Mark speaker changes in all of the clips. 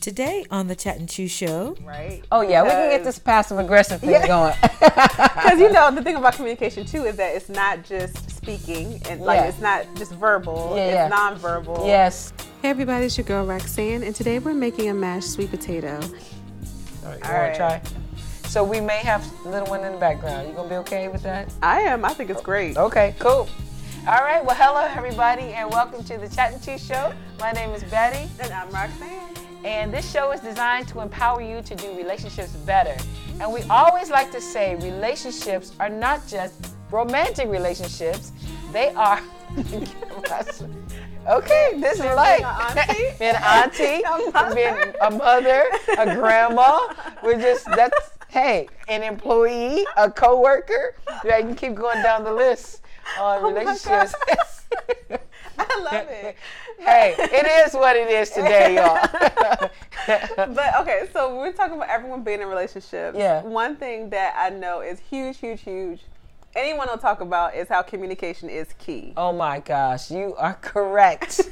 Speaker 1: today on the Chat and Chew Show.
Speaker 2: right?
Speaker 3: Oh yeah, we can get this passive aggressive thing going.
Speaker 2: Because you know the thing about communication too is that it's not just speaking and like
Speaker 3: Yeah.
Speaker 2: it's not just verbal.
Speaker 3: Yeah,
Speaker 2: it's
Speaker 3: yeah.
Speaker 2: nonverbal.
Speaker 3: yes.
Speaker 2: Hey everybody, it's your girl Roxanne, and today we're making a mashed sweet potato.
Speaker 3: All right, you
Speaker 2: All
Speaker 3: wanna
Speaker 2: right.
Speaker 3: try? So we may have little one in the background. You gonna be okay with that?
Speaker 2: I am. I think it's great.
Speaker 3: Okay, cool. All right, well, hello everybody, and welcome to the Chat and Chew Show. My name is Betty,
Speaker 2: And I'm Roxanne.
Speaker 3: and this show is designed to empower you to do relationships better. And we always like to say relationships are not just romantic relationships; they are. okay, this is like
Speaker 2: an auntie.
Speaker 3: being an auntie,
Speaker 2: A mother.
Speaker 3: being a mother, a grandma. We're just that's hey, an employee, a coworker. Yeah, you can keep going down the list on
Speaker 2: Oh my
Speaker 3: relationships.
Speaker 2: God. I love it.
Speaker 3: hey, it is what it is today, y'all.
Speaker 2: But okay, so we're talking about everyone being in relationships.
Speaker 3: Yeah.
Speaker 2: One thing that I know is huge, huge, huge. Anyone will talk about is how communication is key.
Speaker 3: oh my gosh, you are correct.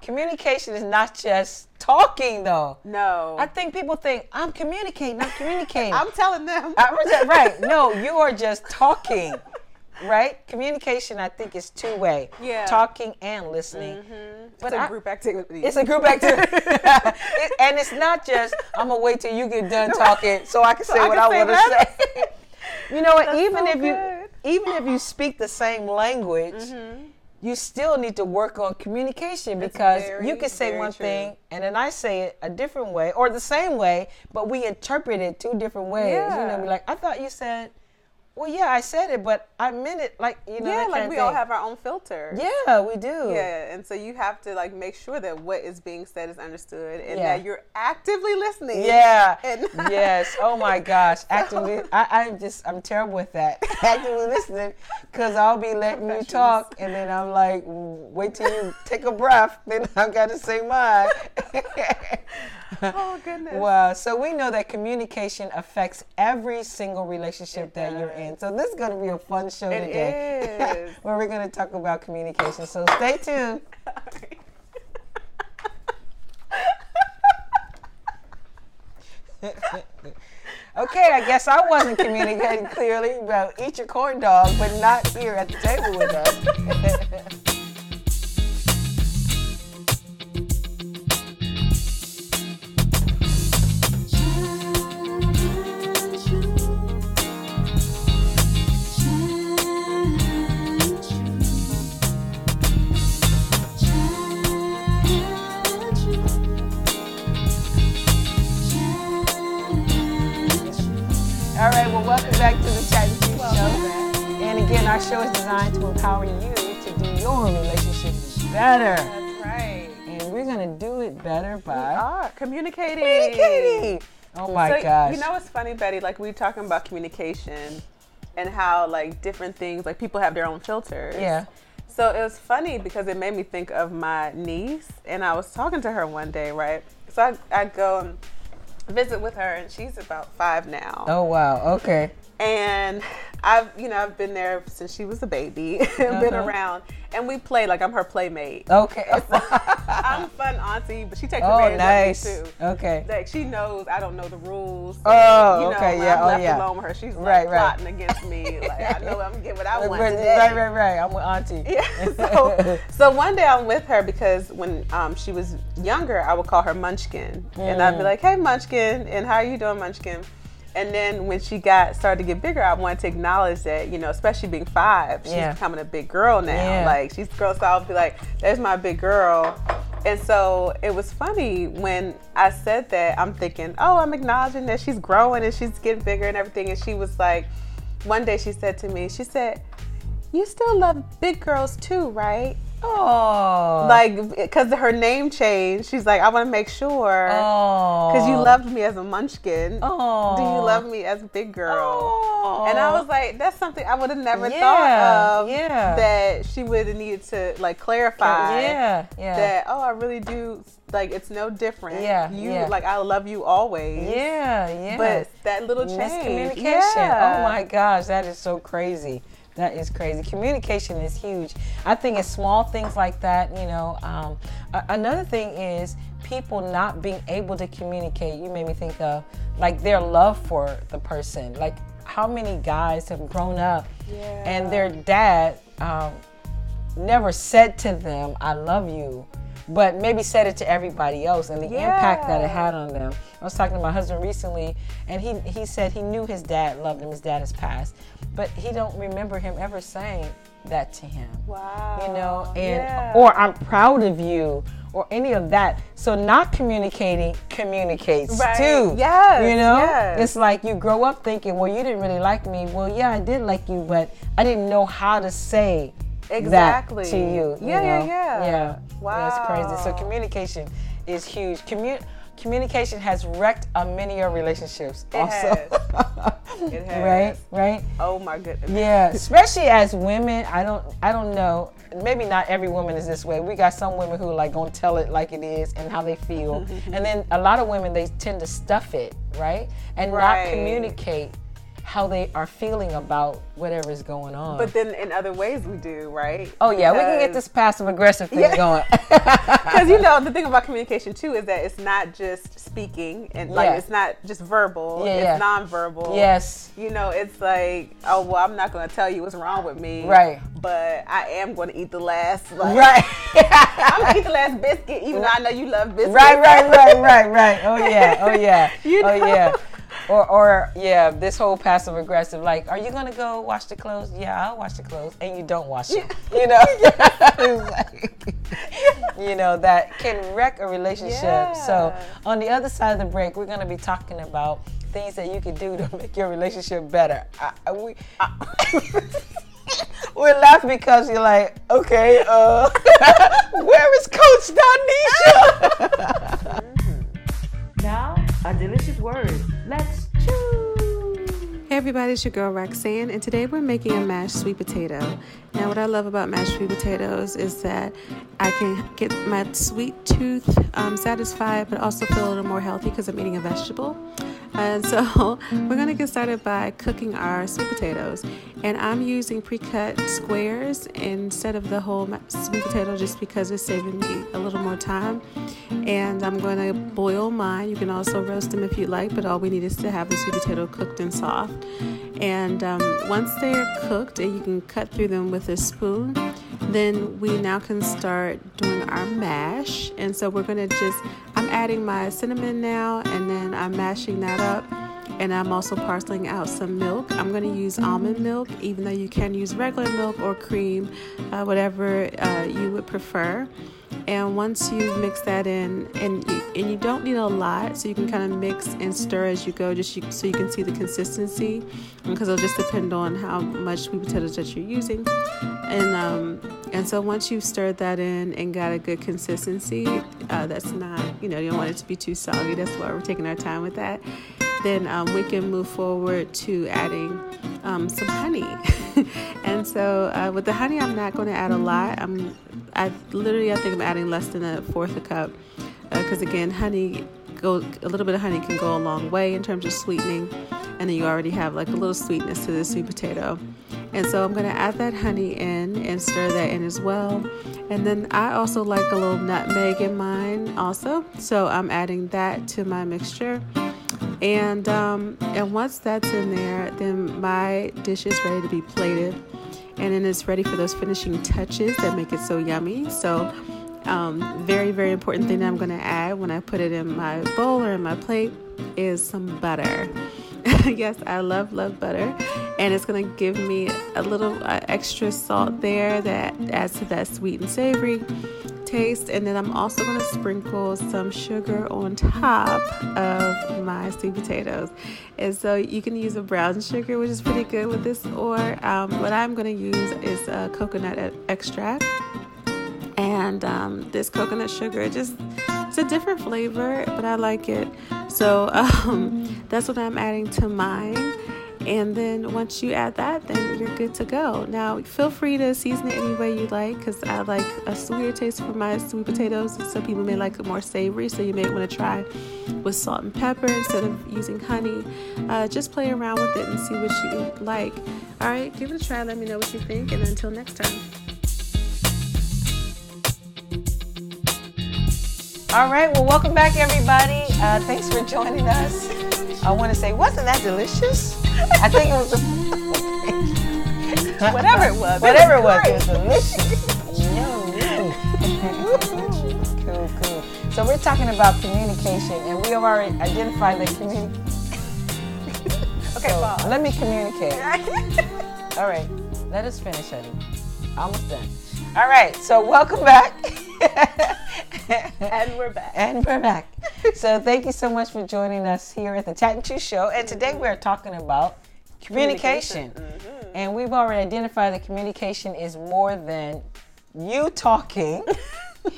Speaker 3: Communication is not just talking, though.
Speaker 2: No,
Speaker 3: I think people think I'm communicating, I'm communicating.
Speaker 2: I'm telling them.
Speaker 3: I was like, right. No, you are just talking, right? Communication, I think, is two way.
Speaker 2: Yeah.
Speaker 3: Talking and listening. But
Speaker 2: it's a
Speaker 3: I-
Speaker 2: group activity.
Speaker 3: it's a group activity, It- and it's not just I'm gonna wait till you get done talking so I can say
Speaker 2: I can
Speaker 3: what I
Speaker 2: say
Speaker 3: want
Speaker 2: that.
Speaker 3: to say. you know, what?
Speaker 2: That's
Speaker 3: even
Speaker 2: so
Speaker 3: if
Speaker 2: good.
Speaker 3: you even if you speak the same language. You still need to work on communication because you
Speaker 2: very,
Speaker 3: can say
Speaker 2: very
Speaker 3: one
Speaker 2: true.
Speaker 3: thing and then I say it a different way or the same way, but we interpret it two different ways. You know,
Speaker 2: Yeah.
Speaker 3: be like, I thought you said, well, yeah, I said it, but I meant it like, you know,
Speaker 2: yeah,
Speaker 3: that
Speaker 2: like
Speaker 3: kind
Speaker 2: we
Speaker 3: of thing.
Speaker 2: all have our own filter.
Speaker 3: Yeah, we do.
Speaker 2: Yeah, and so you have to like make sure that what is being said is understood and
Speaker 3: Yeah.
Speaker 2: that you're actively listening.
Speaker 3: Yeah.
Speaker 2: And-
Speaker 3: yes. Oh my gosh. Actively, I, I'm just, I'm terrible with that. Actively listening, because I'll be letting you talk, and then I'm like, wait till you take a breath, then I've got to say mine.
Speaker 2: Oh goodness.
Speaker 3: Wow. So we know that communication affects every single relationship that you're in. So this is going to be a fun show
Speaker 2: It
Speaker 3: today,
Speaker 2: is.
Speaker 3: where we're going to talk about communication. So stay tuned. Okay, I guess I wasn't communicating clearly. Well, eat your corn dog, but not here at the table with us. All right, well, welcome back to the Chat and Chew Show. And again, our show is designed to empower you to do your relationships better.
Speaker 2: That's right.
Speaker 3: And we're going to do it better
Speaker 2: We
Speaker 3: by
Speaker 2: are communicating.
Speaker 3: communicating. Oh my
Speaker 2: So,
Speaker 3: gosh.
Speaker 2: You know what's funny, Betty? Like we were talking about communication and how like different things like people have their own filters.
Speaker 3: yeah.
Speaker 2: So it was funny because it made me think of my niece, and I was talking to her one day, right? So I, I go and visit with her, and she's about five now.
Speaker 3: Oh, wow. Okay.
Speaker 2: And I've, you know, I've been there since she was a baby, been
Speaker 3: Uh-huh.
Speaker 2: around, and we play like I'm her playmate.
Speaker 3: Okay.
Speaker 2: I'm fun auntie, but she takes
Speaker 3: oh,
Speaker 2: advantage
Speaker 3: nice.
Speaker 2: of me too.
Speaker 3: Okay.
Speaker 2: Like she knows I don't know the rules. so,
Speaker 3: Oh,
Speaker 2: you know,
Speaker 3: okay,
Speaker 2: when
Speaker 3: yeah,
Speaker 2: I'm
Speaker 3: oh,
Speaker 2: left
Speaker 3: yeah.
Speaker 2: alone with her. She's like
Speaker 3: Right, right.
Speaker 2: plotting against me. Like I know I'm getting what I
Speaker 3: Right,
Speaker 2: want today.
Speaker 3: right, right, right. I'm with Auntie.
Speaker 2: Yeah. So, so one day I'm with her because when um, she was younger, I would call her Munchkin, and
Speaker 3: Mm.
Speaker 2: I'd be like, "Hey, Munchkin, and how are you doing, Munchkin?" And then when she got started to get bigger, I wanted to acknowledge that you know, especially being five, she's
Speaker 3: Yeah.
Speaker 2: becoming a big girl now.
Speaker 3: Yeah.
Speaker 2: Like she's a girl, so I'll be like, "There's my big girl." And so it was funny when I said that. I'm thinking, "Oh, I'm acknowledging that she's growing and she's getting bigger and everything." And she was like, one day she said to me, she said, you still love big girls too, right?
Speaker 3: Oh.
Speaker 2: Like, because her name changed, she's like, I want to make sure.
Speaker 3: oh.
Speaker 2: Because you loved me as a munchkin.
Speaker 3: Oh.
Speaker 2: Do you love me as a big girl?
Speaker 3: Oh.
Speaker 2: And I was like, that's something I would have never
Speaker 3: Yeah,
Speaker 2: thought of.
Speaker 3: yeah.
Speaker 2: That she would have needed to, like, clarify.
Speaker 3: Yeah. Yeah.
Speaker 2: That, oh, I really do, like, it's no different.
Speaker 3: Yeah,
Speaker 2: You,
Speaker 3: yeah.
Speaker 2: like, I love you always.
Speaker 3: Yeah, yeah.
Speaker 2: But that little change.
Speaker 3: miscommunication.
Speaker 2: Yeah.
Speaker 3: Oh my gosh, that is so crazy. That is crazy. Communication is huge. I think it's small things like that. You know, um, a- another thing is people not being able to communicate, you made me think of like their love for the person. Like how many guys have grown up and their dad um, never said to them, I love you, but maybe said it to everybody else and the impact that it had on them. I was talking to my husband recently and he, he said he knew his dad loved him, his dad has passed, but he don't remember him ever saying that to him
Speaker 4: Wow.
Speaker 3: you know and
Speaker 4: Yeah.
Speaker 3: or i'm proud of you or any of that so not communicating communicates
Speaker 4: Right.
Speaker 3: too
Speaker 4: Yes,
Speaker 3: you know
Speaker 4: yes.
Speaker 3: it's like you grow up thinking well you didn't really like me well yeah i did like you but i didn't know how to say
Speaker 4: Exactly.
Speaker 3: that to you, you
Speaker 4: Yeah, yeah,
Speaker 3: know?
Speaker 4: yeah.
Speaker 3: yeah yeah it's crazy so
Speaker 4: Wow.
Speaker 3: communication is huge Commu- communication has wrecked uh, many of your relationships also
Speaker 4: has. It has.
Speaker 3: right right
Speaker 4: Oh my goodness.
Speaker 3: yeah, especially as women, I don't I don't know. Maybe not every woman is this way. We got some women who like gonna tell it like it is and how they feel. and then a lot of women they tend to stuff it, right? And
Speaker 4: Right.
Speaker 3: not communicate how they are feeling about whatever is going on.
Speaker 4: But then in other ways we do, right?
Speaker 3: oh yeah, we can get
Speaker 4: Because-
Speaker 3: this passive aggressive thing
Speaker 4: Yeah.
Speaker 3: going.
Speaker 4: Because you know the thing about communication too is that it's not just speaking and like
Speaker 3: Yeah.
Speaker 4: it's not just verbal.
Speaker 3: Yeah,
Speaker 4: it's
Speaker 3: yeah.
Speaker 4: nonverbal.
Speaker 3: yes.
Speaker 4: You know, it's like, oh well, I'm not gonna tell you what's wrong with me.
Speaker 3: Right.
Speaker 4: But I am gonna eat the last. Like,
Speaker 3: Right.
Speaker 4: I'm gonna eat the last biscuit, even though I know you love biscuits.
Speaker 3: right, right, right, right, right. Oh yeah, oh yeah,
Speaker 4: You
Speaker 3: oh
Speaker 4: know?
Speaker 3: yeah. Or, or yeah, this whole passive aggressive, like, are you gonna go wash the clothes? Yeah, I'll wash the clothes, and you don't wash them. You know, It's like- you know that can wreck a relationship. So
Speaker 4: Yeah.
Speaker 3: on the other side of the break, we're gonna be talking about things that you can do to make your relationship better. I, I- we. We're laughing because you're like, okay, uh, where is Coach Donisha?
Speaker 1: Now, a delicious word. Let's chew.
Speaker 4: Hey everybody, it's your girl Roxanne, and today we're making a mashed sweet potato. Now, what I love about mashed sweet potatoes is that I can get my sweet tooth um, satisfied, but also feel a little more healthy because I'm eating a vegetable. And so, we're gonna get started by cooking our sweet potatoes. And I'm using pre-cut squares instead of the whole ma- sweet potato, just because it's saving me a little more time. And I'm gonna boil mine. You can also roast them if you like, but all we need is to have the sweet potato cooked and soft. And um, once they are cooked and you can cut through them with a spoon, then we now can start doing our mash. And so we're gonna just, I'm adding my cinnamon now and then I'm mashing that up. And I'm also parceling out some milk. I'm going to use almond milk, even though you can use regular milk or cream, uh, whatever uh, you would prefer. And once you mix that in, and you, and you don't need a lot, so you can kind of mix and stir as you go, just you, so you can see the consistency, because it'll just depend on how much sweet potatoes that you're using. And um, and so once you've stirred that in and got a good consistency, uh, that's not you know you don't want it to be too soggy. That's why we're taking our time with that. Then um, we can move forward to adding um, some honey. and so uh, with the honey, I'm not going to add a lot. I'm, I literally, I think I'm adding less than a fourth a cup, because again, honey, go a little bit of honey can go a long way in terms of sweetening, and then you already have like a little sweetness to the sweet potato. And so I'm going to add that honey in and stir that in as well. And then I also like a little nutmeg in mine also, so I'm adding that to my mixture and um, and once that's in there, then my dish is ready to be plated, and then it's ready for those finishing touches that make it so yummy. So, um, very very important thing that I'm going to add when I put it in my bowl or in my plate is some butter. yes, I love love butter, and it's going to give me a little uh, extra salt there that adds to that sweet and savory taste and then I'm also going to sprinkle some sugar on top of my sweet potatoes and so you can use a brown sugar which is pretty good with this or um, what I'm going to use is uh, coconut e- extract and um, this coconut sugar it just it's a different flavor but i like it so um, that's what i'm adding to mine and then once you add that then you're good to go now feel free to season it any way you like because i like a sweeter taste for my sweet potatoes some people may like it more savory so you may want to try with salt and pepper instead of using honey uh, just play around with it and see what you like all right give it a try let me know what you think and until next time
Speaker 3: All right. Well, welcome back, everybody. Uh, thanks for joining us. I want to say, wasn't that delicious? I think it was the
Speaker 2: Whatever it was, it
Speaker 3: Whatever it
Speaker 2: was
Speaker 3: was, it was delicious. Yum, yum. cool, cool. So we're talking about communication, and we have already identified that communication.
Speaker 2: Okay, pause.
Speaker 3: let me communicate. All right, let us finish, honey. Almost done. All right, so welcome back.
Speaker 2: and we're back.
Speaker 3: and we're back. So thank you so much for joining us here at the Tat and Chew Show. And today we're talking about communication.
Speaker 2: Mm-hmm.
Speaker 3: And we've already identified that communication is more than you talking,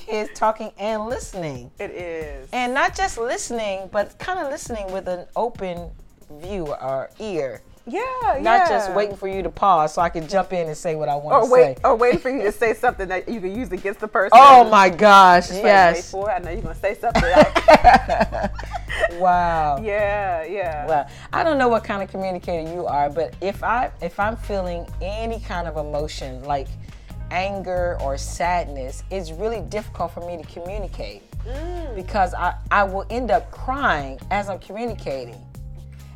Speaker 3: is talking and listening.
Speaker 2: It is.
Speaker 3: And not just listening, but kind of listening with an open view or ear.
Speaker 2: Yeah,
Speaker 3: Not just
Speaker 2: yeah.
Speaker 3: waiting for you to pause so I can jump in and say what I want
Speaker 2: Or
Speaker 3: to
Speaker 2: wait,
Speaker 3: say.
Speaker 2: or waiting for you to say something that you can use against the person.
Speaker 3: Oh my gosh,
Speaker 2: Like, wait
Speaker 3: yes.
Speaker 2: for it, I know you're gonna say something. Like,
Speaker 3: Wow.
Speaker 2: yeah, yeah.
Speaker 3: Well, I don't know what kind of communicator you are, but if I if I'm feeling any kind of emotion like anger or sadness, it's really difficult for me to communicate
Speaker 2: Mm.
Speaker 3: because I, I will end up crying as I'm communicating.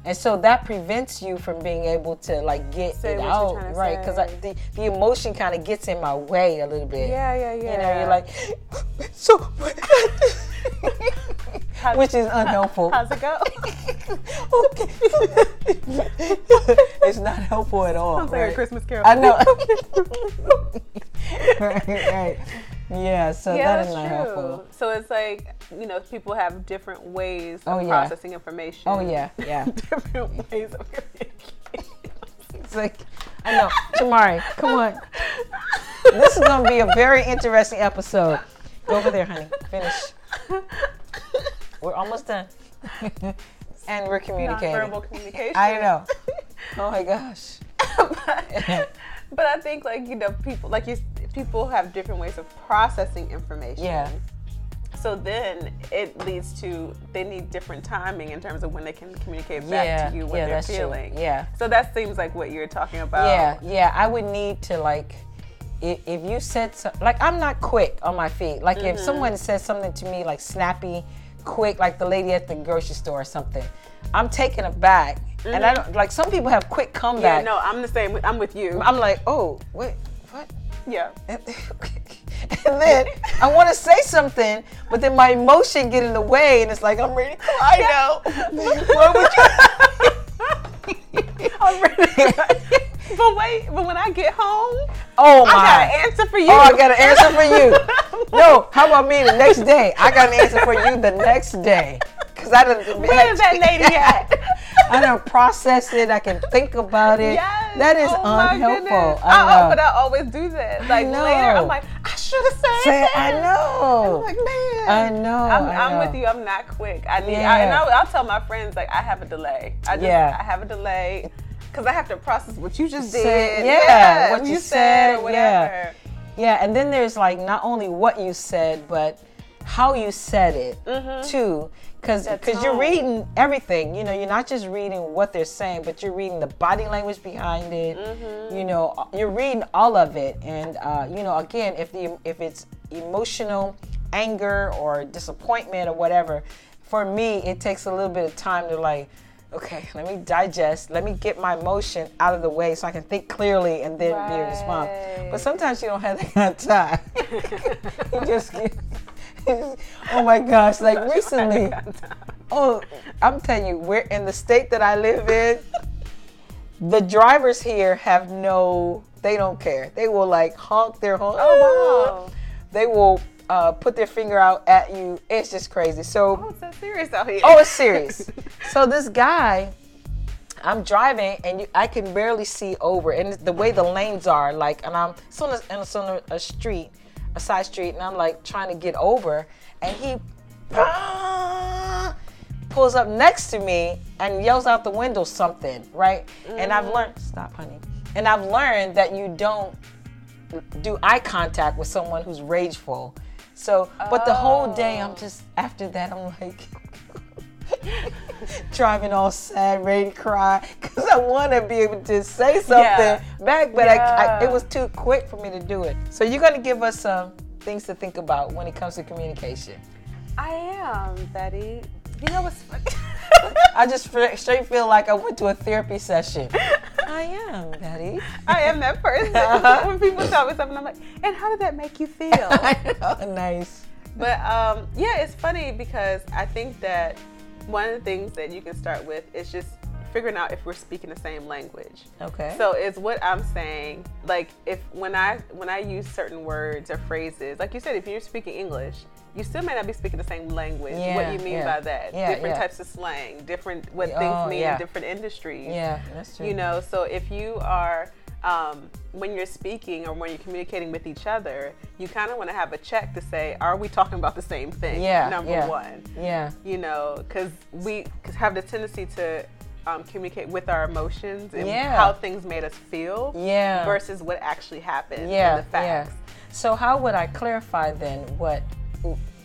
Speaker 3: And so that prevents you from being able to like get
Speaker 2: Say
Speaker 3: it
Speaker 2: what you're
Speaker 3: out,
Speaker 2: trying to
Speaker 3: right? Because
Speaker 2: say.
Speaker 3: the, the emotion kind of gets in my way a little bit.
Speaker 2: Yeah, yeah,
Speaker 3: You know,
Speaker 2: yeah.
Speaker 3: you're like, so, which is unhelpful
Speaker 2: How's it go?
Speaker 3: okay. it's not helpful at all.
Speaker 2: Sounds like a
Speaker 3: right?
Speaker 2: Christmas carol.
Speaker 3: I know. right, right. Yeah, so
Speaker 2: yeah,
Speaker 3: that
Speaker 2: that's
Speaker 3: is not
Speaker 2: true.
Speaker 3: helpful.
Speaker 2: So it's like you know, people have different ways of
Speaker 3: Oh, yeah.
Speaker 2: processing information.
Speaker 3: Oh yeah, yeah.
Speaker 2: different ways of communicating.
Speaker 3: It's like I know. Tamari, come on. This is gonna be a very interesting episode. Go over there, honey. Finish. We're almost done. and we're communicating.
Speaker 2: Nonverbal communication.
Speaker 3: I know. Oh my gosh.
Speaker 2: but, but I think like you know people like you people have different ways of processing information.
Speaker 3: Yeah.
Speaker 2: So then it leads to they need different timing in terms of when they can communicate back
Speaker 3: yeah.
Speaker 2: to you what
Speaker 3: yeah,
Speaker 2: they're
Speaker 3: that's
Speaker 2: feeling.
Speaker 3: True. Yeah.
Speaker 2: So that seems like what you're talking about.
Speaker 3: Yeah, yeah. I would need to like, if, if you said so, like I'm not quick on my feet. Like
Speaker 2: Mm-hmm.
Speaker 3: if someone says something to me like snappy, quick, like the lady at the grocery store or something, I'm taken aback. And I don't like some people have quick comeback.
Speaker 2: Mm-hmm. Yeah, no, I'm the same. I'm with you.
Speaker 3: I'm like, oh wait, what?
Speaker 2: yeah.
Speaker 3: And then I want to say something, but then my emotion get in the way, and it's like I'm ready to cry now. what would you?
Speaker 2: I'm ready. but wait, but when I get home,
Speaker 3: Oh my!
Speaker 2: I got an answer for you.
Speaker 3: Oh, I got an answer for you. No, how about me the next day? I got an answer for you the next day. Cause I done
Speaker 2: Where is that lady at?
Speaker 3: I done process it. I can think about it.
Speaker 2: Yes.
Speaker 3: That is
Speaker 2: Oh, my
Speaker 3: unhelpful.
Speaker 2: goodness.
Speaker 3: I
Speaker 2: oh,
Speaker 3: know.
Speaker 2: but I always do that. Like
Speaker 3: know.
Speaker 2: later, I'm like, I should have said
Speaker 3: Say,
Speaker 2: that.
Speaker 3: I know.
Speaker 2: I'm like, man.
Speaker 3: I know,
Speaker 2: I'm,
Speaker 3: I
Speaker 2: I'm
Speaker 3: know.
Speaker 2: with you. I'm not quick. I need.
Speaker 3: Yeah.
Speaker 2: I, and I'll, I'll tell my friends like I have a delay. I just,
Speaker 3: Yeah.
Speaker 2: I have a delay because I have to process what you just did.
Speaker 3: Said- yeah, what you said, yeah. Yeah, and then there's like not only what you said, but how you said it too. Because because you're
Speaker 2: tone.
Speaker 3: reading everything. You know, you're not just reading what they're saying, but you're reading the body language behind it. You know, you're reading all of it. And uh, you know, again, if the if it's emotional anger or disappointment or whatever, for me it takes a little bit of time to like. Okay, let me digest. Let me get my emotion out of the way so I can think clearly and then be a response. But
Speaker 2: Right.
Speaker 3: Sometimes you don't have that kind of time. you just get. oh my gosh! Like recently, oh, I'm telling you, we're in the state that I live in. The drivers here have no. They don't care. They will like honk their horn.
Speaker 2: Oh, wow.
Speaker 3: They will uh, put their finger out at you. It's just crazy. So.
Speaker 2: I'm so serious out here.
Speaker 3: Oh, it's serious. so this guy, I'm driving and you, I can barely see over, and the way the lanes are, like, and I'm so on a, and it's on a, a street, a side street, and I'm like trying to get over, and he pulls up next to me and yells out the window something, right? And I've learned, stop, honey. And I've learned that you don't do eye contact with someone who's rageful. So, but the whole day,
Speaker 2: Oh.
Speaker 3: I'm just after that, I'm like driving all sad, ready to cry, because I want to be able to say something
Speaker 2: Yeah.
Speaker 3: back, but I, I, it
Speaker 2: Yeah.
Speaker 3: was too quick for me to do it. So, you're gonna give us some things to think about when it comes to communication.
Speaker 2: I am, Betty. You know what's funny?
Speaker 3: I just fr- straight feel like I went to a therapy session. I am, Betty.
Speaker 2: I am that person.
Speaker 3: Uh-huh.
Speaker 2: when people tell me something, I'm like, and how did that make you feel?
Speaker 3: nice.
Speaker 2: but um, yeah, it's funny because I think that one of the things that you can start with is just figuring out if we're speaking the same language.
Speaker 3: Okay.
Speaker 2: So it's what I'm saying. Like if when I when I use certain words or phrases, like you said, if you're speaking English, you still may not be speaking the same language.
Speaker 3: Yeah,
Speaker 2: what you mean
Speaker 3: yeah.
Speaker 2: by that?
Speaker 3: Yeah,
Speaker 2: different
Speaker 3: yeah.
Speaker 2: types of slang, different what
Speaker 3: Yeah, oh,
Speaker 2: things mean
Speaker 3: yeah.
Speaker 2: in different industries.
Speaker 3: yeah, that's true.
Speaker 2: You know, so if you are, um, when you're speaking or when you're communicating with each other, you kind of want to have a check to say, are we talking about the same thing?
Speaker 3: Yeah,
Speaker 2: Number
Speaker 3: yeah.
Speaker 2: one.
Speaker 3: Yeah.
Speaker 2: You know, because we cause have the tendency to um, communicate with our emotions and
Speaker 3: Yeah.
Speaker 2: how things made us feel
Speaker 3: Yeah.
Speaker 2: versus what actually happened
Speaker 3: yeah.
Speaker 2: and the facts.
Speaker 3: Yeah. So how would I clarify then? What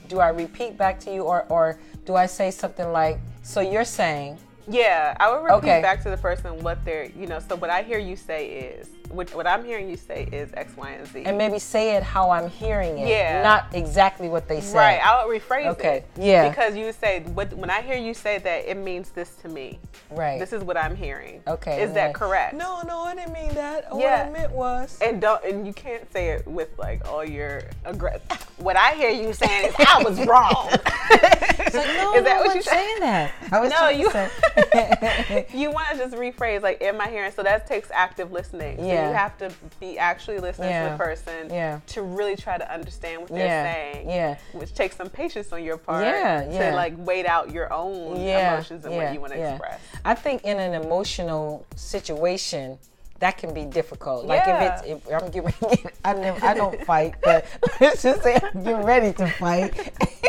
Speaker 3: do I repeat back to you, or or do I say something like, "So you're saying"?
Speaker 2: Yeah, I would repeat
Speaker 3: Okay.
Speaker 2: back to the person what they're, you know, so what I hear you say is, what, what I'm hearing you say is X, Y, and Z.
Speaker 3: And maybe say it how I'm hearing it,
Speaker 2: Yeah.
Speaker 3: not exactly what they said.
Speaker 2: Right, I would rephrase
Speaker 3: Okay,
Speaker 2: it.
Speaker 3: yeah.
Speaker 2: Because you say, what, when I hear you say that, it means this to me.
Speaker 3: Right.
Speaker 2: This is what I'm hearing.
Speaker 3: Okay,
Speaker 2: Is that
Speaker 3: right.
Speaker 2: correct?
Speaker 3: no, I didn't mean that.
Speaker 2: Yeah.
Speaker 3: was.
Speaker 2: And don't, and you can't say it with like all your aggress. What I hear you saying is, I was wrong.
Speaker 3: no,
Speaker 2: is that
Speaker 3: no
Speaker 2: what you
Speaker 3: one's saying that. I was
Speaker 2: No,
Speaker 3: trying
Speaker 2: you.
Speaker 3: to say-
Speaker 2: you want to just rephrase like, "Am I hearing?" So that takes active listening. So
Speaker 3: Yeah.
Speaker 2: you have to be actually listening to
Speaker 3: Yeah.
Speaker 2: the person
Speaker 3: Yeah.
Speaker 2: to really try to understand what they're
Speaker 3: Yeah,
Speaker 2: saying.
Speaker 3: yeah.
Speaker 2: Which takes some patience on your part.
Speaker 3: Yeah, yeah.
Speaker 2: To like wait out your own
Speaker 3: yeah,
Speaker 2: emotions and
Speaker 3: yeah,
Speaker 2: what you want to
Speaker 3: yeah.
Speaker 2: express.
Speaker 3: I think in an emotional situation, that can be difficult. Like
Speaker 2: Yeah.
Speaker 3: if it's, if I'm getting, ready- I never, I don't fight, but let's just say I'm getting ready to fight.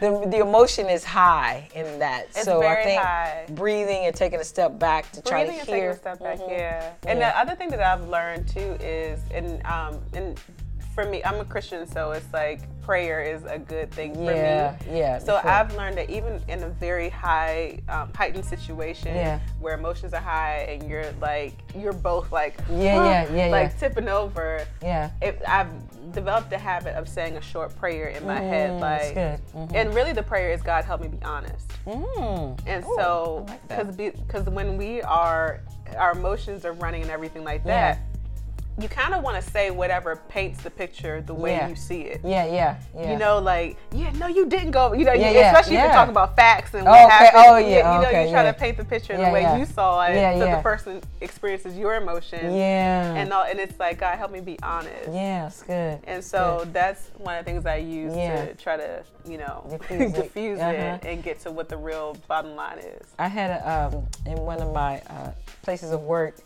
Speaker 3: the, the emotion is high in that. so I
Speaker 2: very
Speaker 3: think
Speaker 2: high.
Speaker 3: breathing and taking a step back to try to
Speaker 2: Breathing and taking
Speaker 3: hear. Mm-hmm.
Speaker 2: a step back, yeah. And the other thing that I've learned too is, and um, and for me, I'm a Christian, so it's like prayer is a good thing for
Speaker 3: Yeah,
Speaker 2: me.
Speaker 3: yeah,
Speaker 2: So
Speaker 3: for sure.
Speaker 2: I've learned that even in a very high, um, heightened situation
Speaker 3: Yeah.
Speaker 2: where emotions are high and you're like, you're both like,
Speaker 3: Yeah,
Speaker 2: "Huh,"
Speaker 3: yeah, yeah,
Speaker 2: like
Speaker 3: yeah.
Speaker 2: tipping over.
Speaker 3: Yeah.
Speaker 2: If I've developed a habit of saying a short prayer in my head,
Speaker 3: Mm, that's
Speaker 2: like,
Speaker 3: good. Mm-hmm.
Speaker 2: and really the prayer is God help me be honest.
Speaker 3: Mm.
Speaker 2: And
Speaker 3: Ooh,
Speaker 2: so,
Speaker 3: I like that.
Speaker 2: because because when we are, our emotions are running and everything like that. You kind of want to say whatever paints the picture the way
Speaker 3: Yeah.
Speaker 2: you see it.
Speaker 3: Yeah, yeah, yeah.
Speaker 2: You know, like yeah, no, you didn't go. You know,
Speaker 3: Yeah,
Speaker 2: you,
Speaker 3: yeah,
Speaker 2: especially if
Speaker 3: yeah.
Speaker 2: you're talking about facts and what
Speaker 3: Oh, okay.
Speaker 2: happened.
Speaker 3: Oh,
Speaker 2: you-
Speaker 3: yeah,
Speaker 2: you know,
Speaker 3: okay,
Speaker 2: you try
Speaker 3: yeah.
Speaker 2: to paint the picture
Speaker 3: Yeah,
Speaker 2: the way
Speaker 3: yeah.
Speaker 2: you saw it,
Speaker 3: Yeah,
Speaker 2: so
Speaker 3: yeah.
Speaker 2: the person experiences your emotions.
Speaker 3: Yeah.
Speaker 2: and all, and it's like God help me be honest.
Speaker 3: yeah, it's good.
Speaker 2: And so that's one of the things I use
Speaker 3: Yeah.
Speaker 2: to try to, you know,
Speaker 3: Diffuse
Speaker 2: diffuse,
Speaker 3: it.
Speaker 2: it,
Speaker 3: Uh-huh.
Speaker 2: and get to what the real bottom line is.
Speaker 3: I had a, um, in one of my uh, places of work,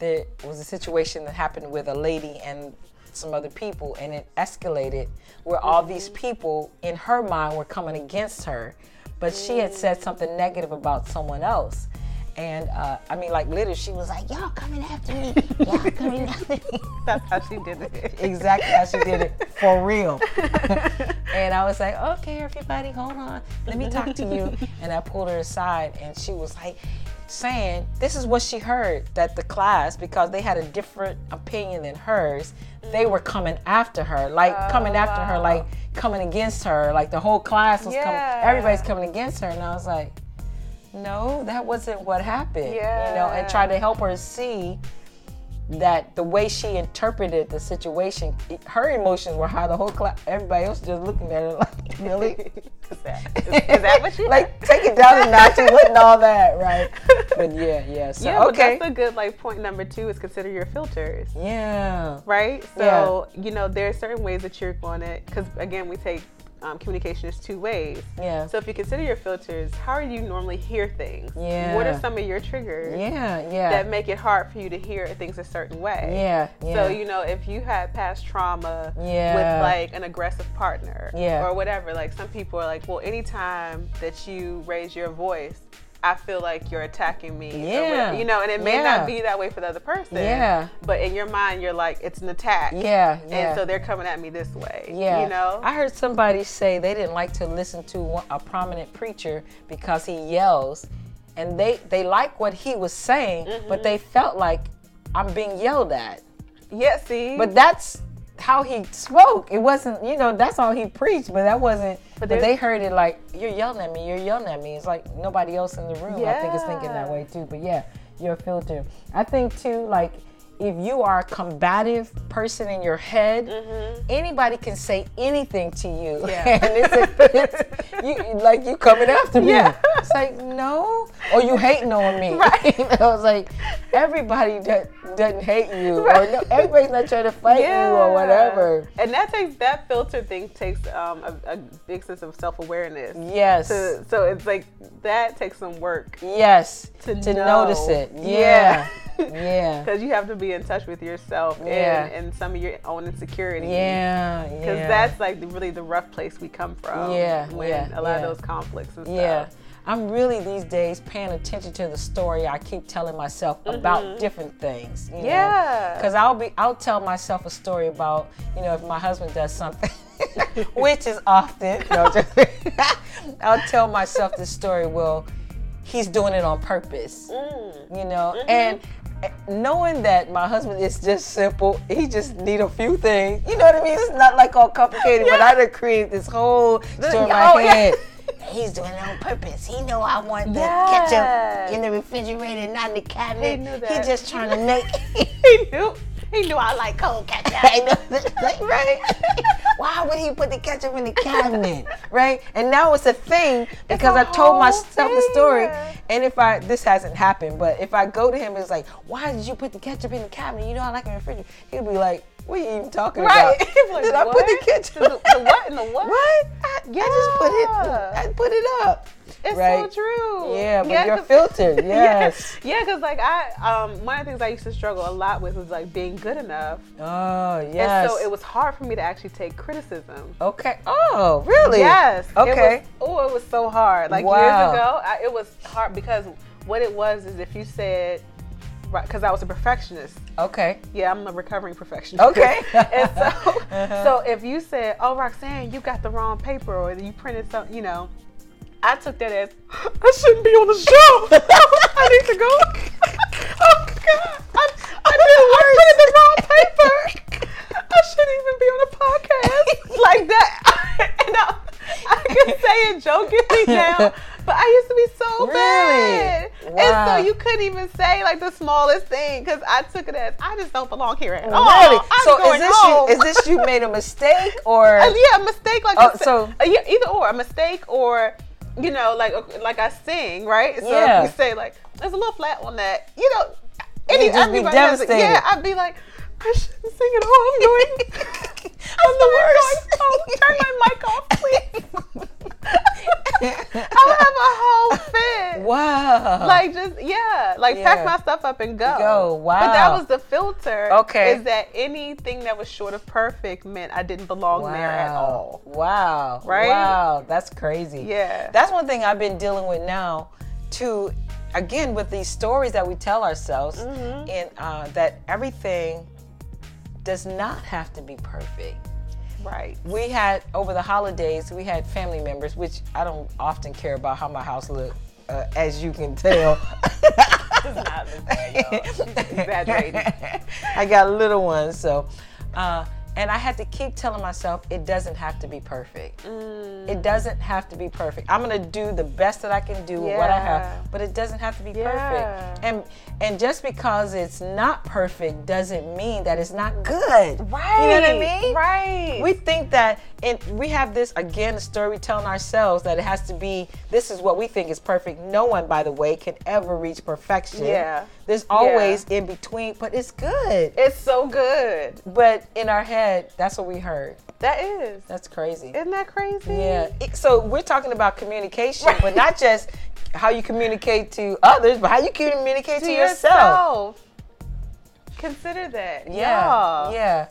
Speaker 3: there was a situation that happened with a lady and some other people, and it escalated where all
Speaker 2: Mm-hmm.
Speaker 3: these people in her mind were coming against her, but she
Speaker 2: Mm.
Speaker 3: had said something negative about someone else. And uh, I mean, like literally, she was like, "Y'all coming after me? Y'all coming after me?"
Speaker 2: That's how she did it.
Speaker 3: exactly how she did it for real. and I was like, okay, everybody, hold on. Let me talk to you. And I pulled her aside and she was like, saying this is what she heard that the class, because they had a different opinion than hers, they were coming after her, like coming after her, like coming against her, like the whole class was
Speaker 2: Yeah.
Speaker 3: coming, everybody's coming against her. And I was like, no, that wasn't what happened. You know, and
Speaker 2: Yeah.
Speaker 3: try to help her see that the way she interpreted the situation, it- her emotions were high. The whole class, everybody else just looking at her like, really?
Speaker 2: Is that, is, is that what she
Speaker 3: like? Take it down a notch. It wasn't all that, right? But yeah, yeah. So oh,
Speaker 2: Yeah,
Speaker 3: okay.
Speaker 2: but that's a good like point number two is consider your filters,
Speaker 3: yeah.
Speaker 2: right? So you know there are certain ways that you're going to, because again we take um, communication as two ways.
Speaker 3: Yeah.
Speaker 2: So if you consider your filters, how do you normally hear things?
Speaker 3: Yeah.
Speaker 2: What are some of your triggers?
Speaker 3: Yeah. Yeah.
Speaker 2: That make it hard for you to hear things a certain way.
Speaker 3: yeah. Yeah.
Speaker 2: So you know, if you had past trauma
Speaker 3: Yeah.
Speaker 2: with like an aggressive partner
Speaker 3: Yeah.
Speaker 2: or whatever, like some people are like, well, anytime that you raise your voice, I feel like you're attacking me. or
Speaker 3: Yeah.
Speaker 2: whatever, you know, and it may
Speaker 3: Yeah.
Speaker 2: not be that way for the other person.
Speaker 3: Yeah.
Speaker 2: But in your mind, you're like, it's an attack.
Speaker 3: yeah. Yeah.
Speaker 2: And so they're coming at me this way.
Speaker 3: Yeah.
Speaker 2: You know.
Speaker 3: I heard somebody say they didn't like to listen to one- a prominent preacher because he yells, and they they like what he was
Speaker 2: Mm-hmm.
Speaker 3: saying, but they felt like I'm being yelled at.
Speaker 2: yeah. See.
Speaker 3: But that's how he spoke. It wasn't, you know, that's all he preached, but that wasn't. But,
Speaker 2: there's-
Speaker 3: they heard it like, you're yelling at me, you're yelling at me. It's like nobody else in the room, I think, is thinking that
Speaker 2: Yeah.
Speaker 3: way too. But yeah, your filter. I think too, like, if you are a combative person in your head, anybody can say anything to you,
Speaker 2: Mm-hmm. Yeah.
Speaker 3: and it's, it's you like you coming after me.
Speaker 2: Yeah.
Speaker 3: It's like no, or you hating on me. Right. I was like, everybody that doesn't hate you, or no, everybody's not trying to fight you or whatever.
Speaker 2: And that takes that filter thing takes um, a, a big sense of self awareness.
Speaker 3: Yes.
Speaker 2: To, so it's like that takes some work
Speaker 3: yes.
Speaker 2: To know.
Speaker 3: notice it.
Speaker 2: Yeah.
Speaker 3: Yeah. Yeah.
Speaker 2: because you have to be in touch with yourself
Speaker 3: Yeah.
Speaker 2: and, and some of your own insecurities.
Speaker 3: Yeah.
Speaker 2: Because
Speaker 3: yeah.
Speaker 2: that's like the, really the rough place we come from.
Speaker 3: Yeah,
Speaker 2: When
Speaker 3: yeah,
Speaker 2: a lot
Speaker 3: yeah.
Speaker 2: of those conflicts and stuff.
Speaker 3: Yeah. I'm really these days paying attention to the story I keep telling myself about different things. You
Speaker 2: Mm-hmm. Yeah.
Speaker 3: Because I'll be I'll tell myself a story about, you know, if my husband does something which is often. No, just- I'll tell myself this story, well, he's doing it on purpose.
Speaker 2: Mm.
Speaker 3: You know? And eh, knowing that my husband is just simple, he just need a few things. You know what I mean? It's not like all complicated, but I done created this whole story in my
Speaker 2: oh, yeah.
Speaker 3: head. He's doing it on purpose. He know I want the
Speaker 2: Yes.
Speaker 3: ketchup in the refrigerator, not in the cabinet.
Speaker 2: He knew that.
Speaker 3: He just trying to make.
Speaker 2: He knew. He knew I like cold ketchup.
Speaker 3: I know, that, like, right? Why would he put the ketchup in the cabinet, right? And now it's a thing because
Speaker 2: a
Speaker 3: I told
Speaker 2: whole
Speaker 3: myself the
Speaker 2: thing,
Speaker 3: story.
Speaker 2: yeah.
Speaker 3: And if I this hasn't happened, but if I go to him, it's like, why did you put the ketchup in the cabinet? You know I like it in the refrigerator. He'll be like, what are you even talking
Speaker 2: Right.
Speaker 3: about?
Speaker 2: Like,
Speaker 3: did I put the
Speaker 2: what?
Speaker 3: ketchup?
Speaker 2: The- the what in the what?
Speaker 3: What? I, I just put it.
Speaker 2: Yeah.
Speaker 3: I put it up.
Speaker 2: It's
Speaker 3: right?
Speaker 2: so true.
Speaker 3: Yeah, but your
Speaker 2: 'cause-
Speaker 3: filter,
Speaker 2: Yeah.
Speaker 3: yes.
Speaker 2: Yeah, because like I, um, one of the things I used to struggle a lot with was like being good enough,
Speaker 3: Oh yes.
Speaker 2: and so it was hard for me to actually take criticism.
Speaker 3: okay. Oh really?
Speaker 2: Yes.
Speaker 3: Okay.
Speaker 2: Oh, it was so hard. Like
Speaker 3: Wow.
Speaker 2: years ago, I, it was hard because what it was is if you said, because I was a perfectionist.
Speaker 3: okay.
Speaker 2: Yeah, I'm a recovering perfectionist.
Speaker 3: Okay. Uh-huh.
Speaker 2: and so, so if you said, "Oh, Roxanne, you got the wrong paper, or you printed some," you know, I took that as I shouldn't be on the show. I need to go. oh God, I, I didn't I printed the wrong paper. I shouldn't even be on a podcast like that. and I, I can say it jokingly now, but I used to be so
Speaker 3: Really?
Speaker 2: bad. And
Speaker 3: Wow.
Speaker 2: so you couldn't even say like the smallest thing because I took it as I just don't belong here at all.
Speaker 3: Really?
Speaker 2: Oh, I'm
Speaker 3: so
Speaker 2: going
Speaker 3: is this
Speaker 2: home.
Speaker 3: you? Is this you made a mistake or?
Speaker 2: Uh, yeah, a mistake like
Speaker 3: Oh,
Speaker 2: a,
Speaker 3: so-
Speaker 2: so either or a mistake or you know like like I sing right. So
Speaker 3: Yeah.
Speaker 2: if you say like there's a little flat on that, you know, any
Speaker 3: You'd just be
Speaker 2: everybody has it.
Speaker 3: devastated.
Speaker 2: Yeah, I'd be like. I shouldn't sing at home. I'm going. I'm the worst. Going home. Turn my mic off, please. I'll have a whole fit.
Speaker 3: wow.
Speaker 2: like just yeah like
Speaker 3: Yeah.
Speaker 2: pack my stuff up and go
Speaker 3: Go,
Speaker 2: but that
Speaker 3: wow.
Speaker 2: was the filter
Speaker 3: Okay.
Speaker 2: is that anything that was short of perfect meant i didn't belong there at all
Speaker 3: Wow.
Speaker 2: Right?
Speaker 3: Wow. That's crazy.
Speaker 2: Yeah.
Speaker 3: That's one thing I've been dealing with now, too, again, with these stories that we tell ourselves,
Speaker 2: Mm-hmm.
Speaker 3: and uh, that everything does not have to be perfect.
Speaker 2: right
Speaker 3: we had over the holidays we had family members which i don't often care about how my house looked uh, as you can tell
Speaker 2: not look bad, y'all. She's exaggerating.
Speaker 3: i got little ones so uh, and i had to keep telling myself it doesn't have to be perfect
Speaker 2: Mm.
Speaker 3: it doesn't have to be perfect i'm gonna do the best that i can do with what i
Speaker 2: Yeah.
Speaker 3: have but it doesn't have to be
Speaker 2: Yeah.
Speaker 3: perfect and and just because it's not perfect doesn't mean that it's not good you know what i
Speaker 2: Right,
Speaker 3: mean
Speaker 2: right
Speaker 3: we think that and we have this again the story we telling ourselves that it has to be this is what we think is perfect no one by the way can ever reach perfection
Speaker 2: Yeah.
Speaker 3: there's always in between but it's good
Speaker 2: it's so good
Speaker 3: but in our head that's what we heard
Speaker 2: that is
Speaker 3: that's crazy
Speaker 2: isn't that crazy
Speaker 3: yeah It- so we're talking about communication but not just how you communicate to others but how you communicate to,
Speaker 2: to
Speaker 3: yourself.
Speaker 2: yourself consider that yeah
Speaker 3: Yeah. Yeah.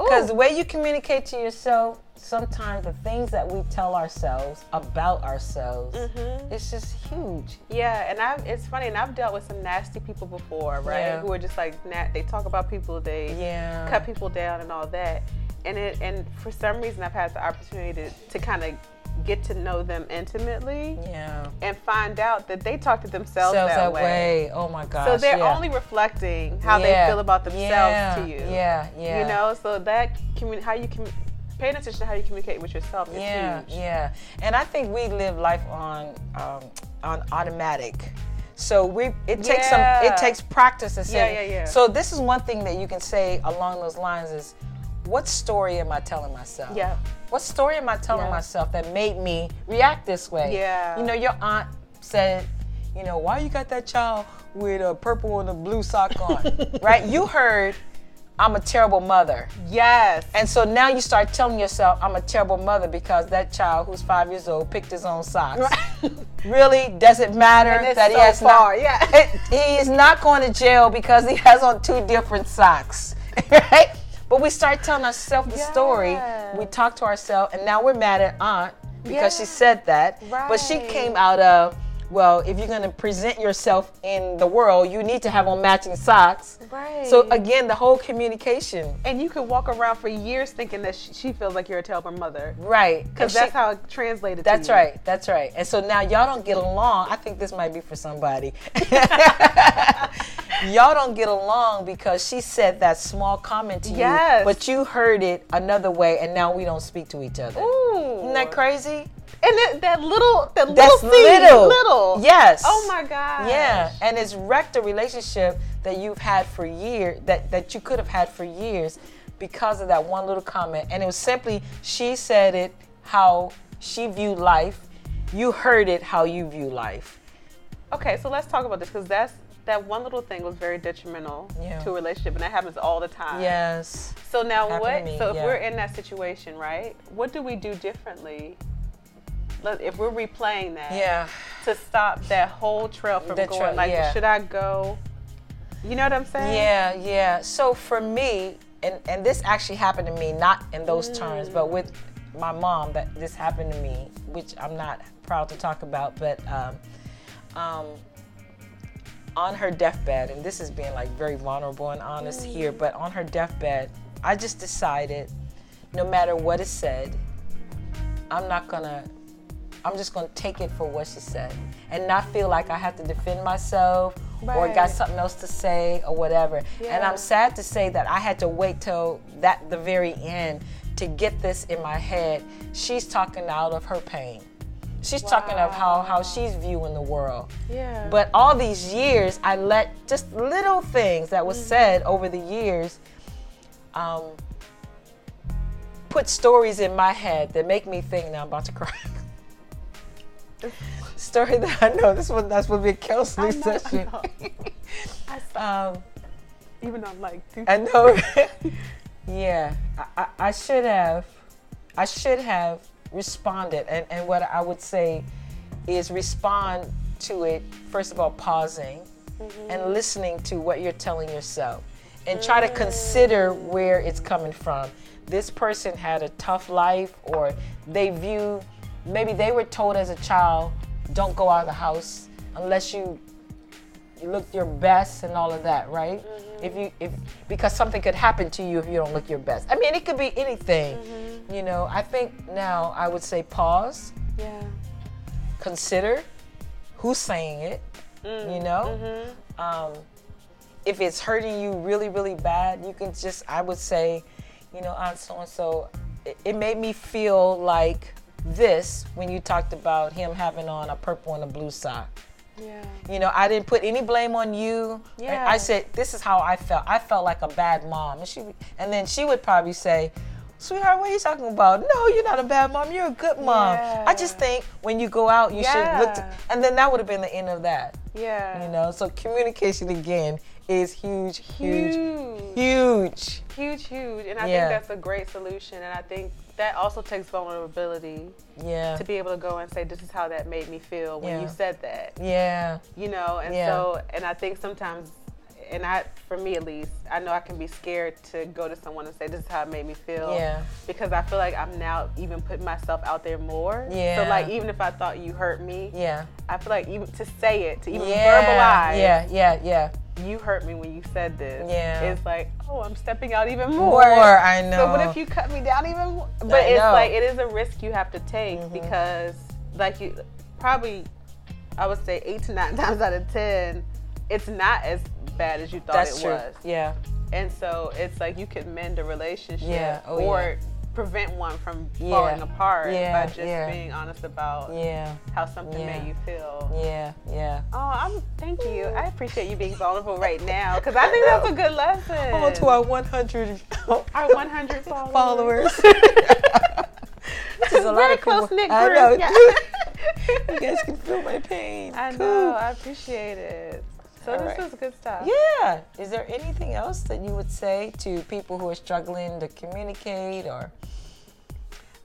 Speaker 2: Ooh.
Speaker 3: Because the way you communicate to yourself, sometimes the things that we tell ourselves about ourselves,
Speaker 2: Mm-hmm.
Speaker 3: it's just huge.
Speaker 2: Yeah, and I've, it's funny, and I've dealt with some nasty people before, right?
Speaker 3: Yeah.
Speaker 2: Who are just like, na they talk about people, they
Speaker 3: Yeah.
Speaker 2: cut people down and all that. And it, and for some reason, I've had the opportunity to, to kind of get to know them intimately
Speaker 3: Yeah.
Speaker 2: and find out that they talk to themselves
Speaker 3: Selves
Speaker 2: that,
Speaker 3: that
Speaker 2: way.
Speaker 3: way. Oh my gosh.
Speaker 2: So they're
Speaker 3: yeah.
Speaker 2: only reflecting how
Speaker 3: Yeah.
Speaker 2: they feel about themselves
Speaker 3: Yeah.
Speaker 2: to you.
Speaker 3: Yeah, yeah.
Speaker 2: You know, so that commun- how you can paying attention to how you communicate with yourself is
Speaker 3: yeah,
Speaker 2: huge.
Speaker 3: yeah. And I think we live life on um, on automatic. So we it takes some
Speaker 2: Yeah.
Speaker 3: it takes practice to say.
Speaker 2: Yeah, yeah, yeah.
Speaker 3: So this is one thing that you can say along those lines is what story am I telling myself?
Speaker 2: Yeah.
Speaker 3: What story am I telling
Speaker 2: Yeah.
Speaker 3: myself that made me react this way?
Speaker 2: Yeah.
Speaker 3: You know, your aunt said, you know, why you got that child with a purple and a blue sock on? right? You heard I'm a terrible mother.
Speaker 2: Yes.
Speaker 3: And so now you start telling yourself, I'm a terrible mother because that child who's five years old picked his own socks. really? Does it matter
Speaker 2: And it's
Speaker 3: that he
Speaker 2: so
Speaker 3: has
Speaker 2: far,
Speaker 3: not,
Speaker 2: yeah.
Speaker 3: he is not going to jail because he has on two different socks. right? But we start telling ourselves the story.
Speaker 2: Yes.
Speaker 3: We talk to ourselves and now we're mad at aunt because she
Speaker 2: Yeah.
Speaker 3: said that. But she
Speaker 2: Right.
Speaker 3: came out of well, if you're gonna present yourself in the world, you need to have on matching socks. So
Speaker 2: Right.
Speaker 3: again, the whole communication.
Speaker 2: and you can walk around for years thinking that she, she feels like you're a terrible mother.
Speaker 3: Right.
Speaker 2: Because
Speaker 3: And
Speaker 2: that's
Speaker 3: she-
Speaker 2: how it translated
Speaker 3: That's
Speaker 2: to you.
Speaker 3: right. That's right. And so now y'all don't get along. I think this might be for somebody. y'all don't get along because she said that small comment to you,
Speaker 2: Yes.
Speaker 3: but you heard it another way, and now we don't speak to each other.
Speaker 2: Ooh.
Speaker 3: Isn't that crazy?
Speaker 2: And that, that little, that
Speaker 3: That's
Speaker 2: little seed,
Speaker 3: little. Yes.
Speaker 2: Oh my god.
Speaker 3: Yeah, and it's wrecked a relationship that you've had for years that that you could have had for years because of that one little comment. And it was simply she said it how she viewed life, you heard it how you view life.
Speaker 2: Okay, so let's talk about this because that's that one little thing was very detrimental
Speaker 3: Yeah.
Speaker 2: to a relationship, and that happens all the time.
Speaker 3: Yes.
Speaker 2: So now
Speaker 3: Happened
Speaker 2: what?
Speaker 3: to me,
Speaker 2: so if
Speaker 3: yeah.
Speaker 2: we're in that situation, right? What do we do differently? Let- If we're replaying that,
Speaker 3: Yeah.
Speaker 2: to stop that whole trail from
Speaker 3: The
Speaker 2: going,
Speaker 3: trail,
Speaker 2: like,
Speaker 3: yeah.
Speaker 2: should I go? You know what I'm saying?
Speaker 3: Yeah, yeah. So for me, and and this actually happened to me, not in those terms, but with my mom, that this happened to me, which I'm not proud to talk about, but um, um, on her deathbed, and this is being like very vulnerable and honest here, but on her deathbed, I just decided, no matter what is said, I'm not gonna. I'm just gonna take it for what she said, and not feel like I have to defend myself or got
Speaker 2: Right.
Speaker 3: something else to say or whatever. And I'm
Speaker 2: Yeah.
Speaker 3: sad to say that I had to wait till that the very end to get this in my head. She's talking out of her pain. She's talking of how how she's viewing the world.
Speaker 2: Yeah.
Speaker 3: But all these years, I let just little things that
Speaker 2: Mm-hmm.
Speaker 3: was said over the years um, put stories in my head that make me think now I'm about to cry. Story that I know this one that's what Big
Speaker 2: I
Speaker 3: Kelsey
Speaker 2: know, I
Speaker 3: said. shit.
Speaker 2: know. I s-
Speaker 3: Um,
Speaker 2: even though I'm like, dude,
Speaker 3: I know. yeah, I, I, I should have, I should have responded, and and what I would say is respond to it first of all, pausing and listening to what you're telling yourself, and try to consider where it's coming from. This person had a tough life, or they view, maybe they were told as a child, don't go out of the house unless you you look your best and all of that, right? If you if because something could happen to you if you don't look your best. I mean, it could be anything. You know, I think now I would say pause,
Speaker 2: yeah.
Speaker 3: consider who's saying it. You know, um, if it's hurting you really, really bad, you can just I would say, you know, Aunt so and so, it made me feel like this when you talked about him having on a purple and a blue sock.
Speaker 2: Yeah.
Speaker 3: You know, I didn't put any blame on you.
Speaker 2: Yeah.
Speaker 3: I said, this is how I felt. I felt like a bad mom. And she and then she would probably say, Sweetheart, what are you talking about? No, you're not a bad mom. You're a good mom. I just think when you go out, you should
Speaker 2: Yeah.
Speaker 3: look. To, and then that would have been the end of that.
Speaker 2: Yeah.
Speaker 3: You know, so communication again is huge, huge,
Speaker 2: Huge.
Speaker 3: huge.
Speaker 2: huge, huge. And I
Speaker 3: Yeah.
Speaker 2: think that's a great solution. And I think that also takes vulnerability
Speaker 3: Yeah.
Speaker 2: to be able to go and say, this is how that made me feel when
Speaker 3: Yeah.
Speaker 2: you said that,
Speaker 3: Yeah.
Speaker 2: you know? And
Speaker 3: Yeah.
Speaker 2: so, and I think sometimes, and I, for me at least, I know I can be scared to go to someone and say, this is how it made me feel.
Speaker 3: Yeah.
Speaker 2: Because I feel like I'm now even putting myself out there more.
Speaker 3: Yeah.
Speaker 2: So like, even if I thought uh, you hurt me,
Speaker 3: Yeah.
Speaker 2: I feel like even to say it, to even
Speaker 3: yeah.
Speaker 2: verbalize,
Speaker 3: Yeah. Yeah. Yeah.
Speaker 2: you hurt me when you said this.
Speaker 3: Yeah.
Speaker 2: It's like, oh, I'm stepping out even
Speaker 3: More,
Speaker 2: more.
Speaker 3: I know.
Speaker 2: So what if you cut me down even more? But
Speaker 3: I
Speaker 2: it's
Speaker 3: know. Mm-hmm.
Speaker 2: like it is a risk you have to take because like you probably I would say eight to nine times out of ten, it's not as bad as you thought
Speaker 3: That's
Speaker 2: it
Speaker 3: true.
Speaker 2: was.
Speaker 3: Yeah.
Speaker 2: And so it's like you could mend a relationship
Speaker 3: Yeah, oh,
Speaker 2: or prevent one from
Speaker 3: Yeah.
Speaker 2: falling apart
Speaker 3: Yeah,
Speaker 2: by just
Speaker 3: yeah.
Speaker 2: being honest about
Speaker 3: Yeah.
Speaker 2: how something
Speaker 3: Yeah.
Speaker 2: made you feel.
Speaker 3: Yeah. Yeah.
Speaker 2: Oh, I'm thank you. I appreciate you being vulnerable right now because I think that's a good lesson.
Speaker 3: On to our 100
Speaker 2: our 100 followers.
Speaker 3: followers.
Speaker 2: There's
Speaker 3: a lot of people-
Speaker 2: close knit
Speaker 3: I know.
Speaker 2: group. yeah.
Speaker 3: you guys can feel my pain.
Speaker 2: I
Speaker 3: Cool.
Speaker 2: know. I appreciate it. So
Speaker 3: All
Speaker 2: this
Speaker 3: right.
Speaker 2: was good stuff.
Speaker 3: Yeah. Is there anything else that you would say to people who are struggling to communicate or?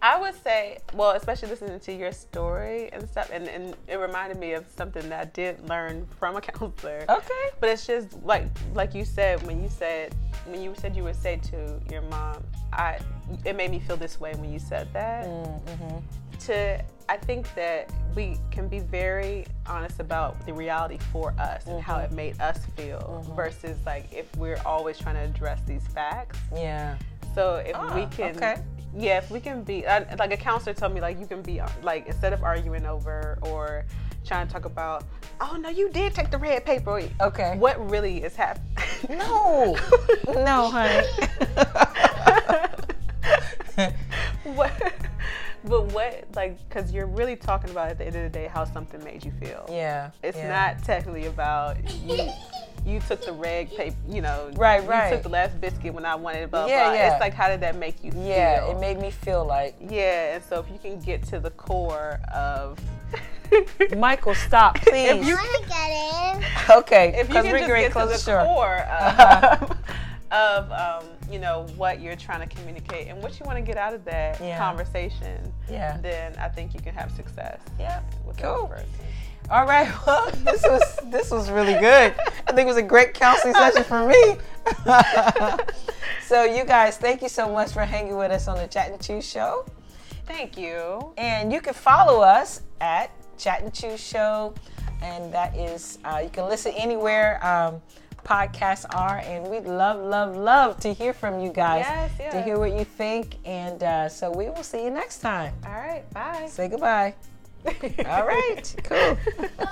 Speaker 2: I would say, well, especially listening to your story and stuff, and, and it reminded me of something that I did learn from a counselor.
Speaker 3: Okay.
Speaker 2: But it's just like like you said when you said when you said you would say to your mom, I it made me feel this way when you said that. To I think that we can be very honest about the reality for us and how it made us feel versus like if we're always trying to address these facts.
Speaker 3: Yeah.
Speaker 2: So if we
Speaker 3: Ah,
Speaker 2: can,
Speaker 3: okay.
Speaker 2: yeah, if we can be I, like a counselor told me, like you can be like instead of arguing over or trying to talk about, oh no, you did take the red paper.
Speaker 3: Okay.
Speaker 2: What really is happening?
Speaker 3: No. no, honey.
Speaker 2: what? But what, like, because you're really talking about at the end of the day how something made you feel.
Speaker 3: yeah.
Speaker 2: It's
Speaker 3: yeah.
Speaker 2: not technically about you. You took the red paper, you know.
Speaker 3: Right,
Speaker 2: You
Speaker 3: right.
Speaker 2: took the last biscuit when I wanted, blah,
Speaker 3: Yeah,
Speaker 2: blah.
Speaker 3: yeah.
Speaker 2: It's like, how did that make you feel?
Speaker 3: Yeah. It made me feel like
Speaker 2: Yeah, and so if you can get to the core of
Speaker 3: Michael, stop, please.
Speaker 2: If you,
Speaker 5: I get it.
Speaker 3: okay.
Speaker 2: if you
Speaker 3: Because
Speaker 2: can
Speaker 3: we're
Speaker 2: just
Speaker 3: getting
Speaker 2: get to
Speaker 3: close
Speaker 2: the
Speaker 3: to shore.
Speaker 2: core
Speaker 3: Uh-huh.
Speaker 2: of, of um, you know what you're trying to communicate and what you want to get out of that
Speaker 3: Yeah.
Speaker 2: conversation,
Speaker 3: Yeah.
Speaker 2: then I think you can have success.
Speaker 3: Yeah.
Speaker 2: With
Speaker 3: Cool.
Speaker 2: that person.
Speaker 3: All right. Well, this was this was really good. I think it was a great counseling session for me. so you guys, thank you so much for hanging with us on the Chat and Chew show.
Speaker 2: Thank you.
Speaker 3: And you can follow us at Chat and Chew Show. And that is, uh, you can listen anywhere um, podcasts are. And we'd love, love, love to hear from you guys,
Speaker 2: Yes,
Speaker 3: to
Speaker 2: yes.
Speaker 3: hear what you think. And uh, so we will see you next time.
Speaker 2: All right. Bye.
Speaker 3: Say goodbye. All right, cool.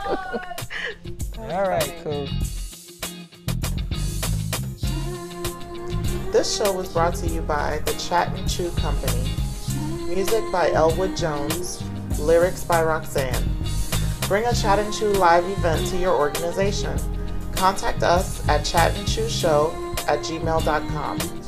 Speaker 3: All right, cool.
Speaker 6: This show was brought to you by the Chat and Chew Company. Music by Elwood Jones, lyrics by Roxanne. Bring a Chat and Chew live event to your organization. Contact us at chatandchewshow at gmail.com.